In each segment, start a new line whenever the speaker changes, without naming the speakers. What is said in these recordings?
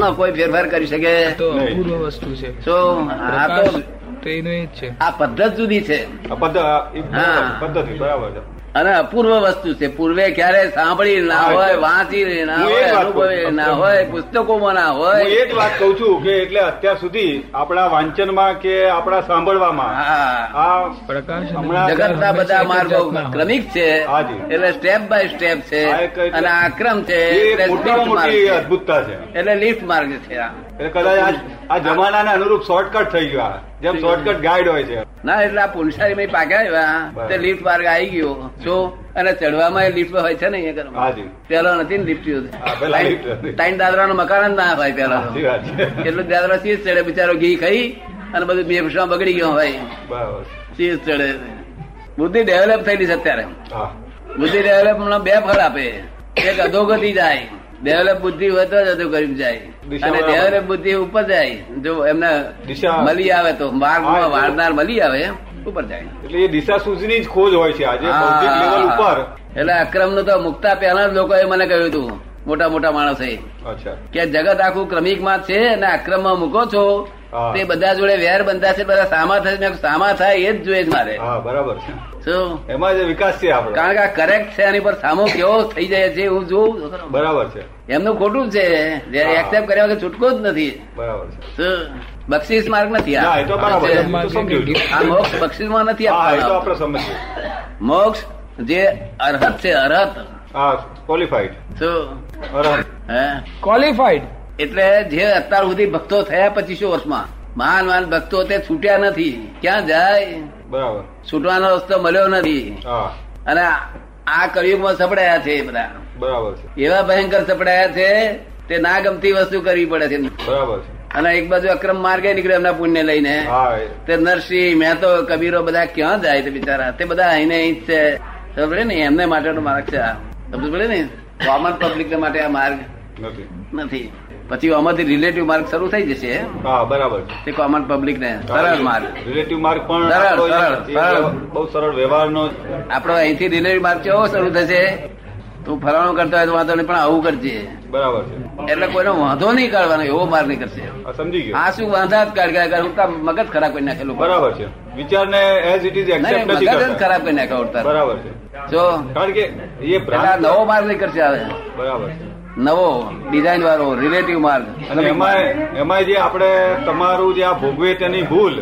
નો કોઈ ફેરફાર કરી શકે
તો
નહીં.
અપૂર્વ વસ્તુ છે
શું આ
પ્રકાશ
તો
તો એનું એ જ છે
આ પદ્ધત જુદી છે
આ પદ્ધ- આ એ
હા.
પદ્ધતિ બરાબર છે
અને અપૂર્વ વસ્તુ છે પૂર્વે ક્યારે સાંભળી ના
હા,
હોય
એટલે.
વાંચી ના
હું એ જ
હોય
વાત કરું.
અનુભવી ના હોય પુસ્તકોમાં ના
હું એ
હોય
જ વાત કહું છું કે એટલે અત્યાર સુધી આપણા વાંચનમાં કે આપણા સાંભળવામાં
હા
આ
પ્રકાશ અને
હમણાં
અંધકાર
જગતના બધા
હંમેશા એક જ
માર્ગો
જાતના હોય.
ક્રમિક છે
હા જી.
એટલે સ્ટેપ બાય સ્ટેપ
હા,
છે
એક જ-
અને આક્રમ છે
એ
એટલે
એક મોટામાં
lift માર્ગ
મોટી
છે.
અદભુતતા છે
એટલે લિફ્ટ માર્ગ છે આ
એટલે કદાચ આ આ જમાનાને અનુરૂપ શોર્ટકટ થઈ ગયું આ. જેમ શોર્ટકટ ગાઈડ હોય છે
ના એટલે આ પુલસારીમાં પાક્યા એવા તે
બરાબર.
લિફ્ટ માર્ગ આવી ગયો શું અને ચડવામાં એ લિફ્ટ હોય છે ને અહીંયા ઘરમાં.
હા જી.
પેલો નથી ને લિફ્ટ યુઝ
હા, પેલા lift હતી.
ટાઈમ દાદરાનો મકાન જ ના હોય પેલો
સાચી વાત છે
એટલું દાદરા ચીજ ચડે બિચારો ઘી ખાઈ અને બધું બેફસામાં બગડી ગયો હોય
બરાબર
ચીજ ચડે બુદ્ધિ ડેવલપ થયેલી છે અત્યારે
હા
બુદ્ધિ ડેવલપ બે ફળ આપે એક અધોગતિ જાય ડેવલપ બુદ્ધિ હોય તો જ અધોગતિ જાય
દિશામાં
અને ડેવલપ બુદ્ધિ ઉપર જાય જો એમને
દિશા-
મળી આવે તો
હા,
માર્ગમાં
એ તો-
વાળનાર મળી આવે ઉપર જાય
એટલે એ દિશા સૂઝની જ ખોજ હોય છે આજે ભૌતિક લેવલ ઉપર
હા. એટલે અક્રમ નું તો મુકતા પહેલા જ લોકોએ મને કહ્યું હતું મોટા મોટા માણસે
અચ્છા
કે જગત આખું ક્રમિકમાં છે અને અક્રમમાં મૂકો છો
હા.
તે બધા જોડે વેર બંધા છે બધા સામા થાય મેં કીધું, સામા થાય એ જ જોઈએ છે મારે
હા બરાબર છે
શું
એમાં જે વિકાસ છે આપણો
કારણ કે આ કરેક્ટ છે એની પર સામો કેવો થઈ જાય છે હું જોઉં છું ખરો.
બરાબર છે
એમનું ખોટું છે જે
હા.
એક્સેપ્ટ કર્યા વગર છૂટકો જ નથી
બરાબર છે
શું? બક્ષિસ માર્ગ નથી આ.
ના એ તો બરાબર
આ
છે.
છે.
એ તો સમજ્યું
આ મોક્ષ બક્ષિસમાં નથી
હા એ તો
આપવાનો
આપણે સમજીએ
મોક્ષ જે અર્હત છે અર્હત
હા ક્વોલિફાઈડ
શું
બરાબર
હે
ક્વોલિફાઈડ
એટલે જે અત્યાર સુધી ભક્તો થયા પચીસો વર્ષમાં મહાન મહાન ભક્તો તે છૂટ્યા નથી ક્યાં જાય
બરાબર
છૂટવાનો રસ્તો મળ્યો નથી
હા
અને આ- આ કળિયુગમાં સપડાયા છે એ બધા
બરાબર છે
એવા ભયંકર સપડાયા છે તે ના ગમતી વસ્તુ કરવી પડે છે
બરાબર છે
અને એક બાજુ અક્રમ માર્ગે નીકળે એમના પુણ્ય લઈને
હા એ-
તે નરસિંહ મહેતો કબીરો બધા ક્યાં જાય તે બિચારા તે બધા અહીં ને અહીં જ છે ખબર પડે ને એમને માટેનો માર્ગ છે આ સમજ પડે ને કોમન પબ્લિક માટે આ માર્ગ
નથી
નથી પછી આમાંથી રિલેટિવ માર્ગ શરૂ થઈ જશે
હા બરાબર છે
તે કોમન પબ્લિક ને સરળ માર્ગ
રિલેટિવ માર્ગ પણ
સરળ,
આપણો
સરળ,
એક
સરળ.
બહુ સરળ વ્યવહારનો જ.
આપણો અહીંથી રિલેટિવ માર્ગ કેવો શરૂ થશે તું ફલાણું કરતો હોય તો વાંધો નહીં પણ આવું કરજે
બરાબર છે
એટલે કોઈનો વાંધો નહીં કાઢવાનો એવો માર્ગ નહીં કરશે
આ સમજી ગયો
આ શું વાંધા જ કાઢ કાઢ કાઢ. હું તાર મગજ ખરાબ કરી નાખેલું
બરાબર છે વિચારને એઝ ઇટ ઇઝ
નહીં, નહીં,
એક્સેપ્ટ
મગજ
નથી
જ
કરતા
ખરાબ કરી નાખ્યો ઉડતા
બરાબર છે
જો
કારણ કે એ
એટલે આ
ભ્રાંત
નવો માર્ગ નહીં કરશે હવે
બરાબર છે
નવો ડિઝાઇન વાળો રિલેટિવ માર્ગ
અને એમાં એમાં જે આપણે તમારું જે આ ભોગવે તેની ભૂલ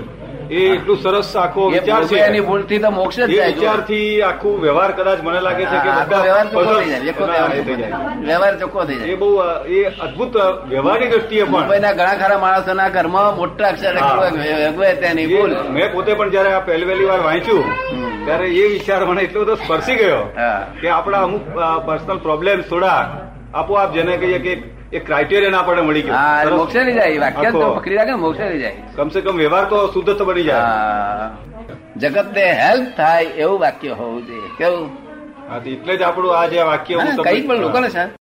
એ એટલું સરસ આખો
એ
વિચાર છે
એની ભૂલથી તો મોક્ષ જ
એ
જાય જો.
વિચારથી આખું વ્યવહાર કદાચ મને લાગે છે કે
આ તો
બધા
વ્યવહાર ચોખ્ખો
બધા-
થઈ જાય ચોખ્ખો
ના, એ
વ્યવહાર
થઈ
ચોખ્ખો થઈ જાય. વ્યવહાર ચોખ્ખો
જાય.
થઈ જાય
એ બહુ અ, એ અદભુત વ્યવહારની દ્રષ્ટિએ પણ
મુંબઈના ઘણા ખરા માણસોના ઘરમાં મોટા અક્ષરે
હા.
લખેલું હોય, ભગવે તેની ભૂલ
એ મેં પોતે પણ જયારે આ પહેલી પહેલી વાર વાંચ્યું
હમ.
ત્યારે એ વિચાર મને એટલો બધો સ્પર્શી ગયો
હા.
કે આપણા અમુક પર્સનલ પ્રોબ્લેમ થોડા આપોઆપ જેને કહીએ કે એ ક્રાઇટેરિયન આપણને મળી ગયો
હા
સરસ.
મોક્ષે લઈ જાય વાક્ય તો
આખો.
પકડી રાખે ને, મોક્ષે લઈ જાય
કમસે કમ વ્યવહાર તો શુદ્ધ તો બની જાય
હા. જગતને હેલ્પ થાય એવું વાક્ય હોવું જોઈએ કેવું
હા, તો એટલે જ આપણું આ જે વાક્ય હું
હા,
તમને-
કઈ પણ લોકોને સર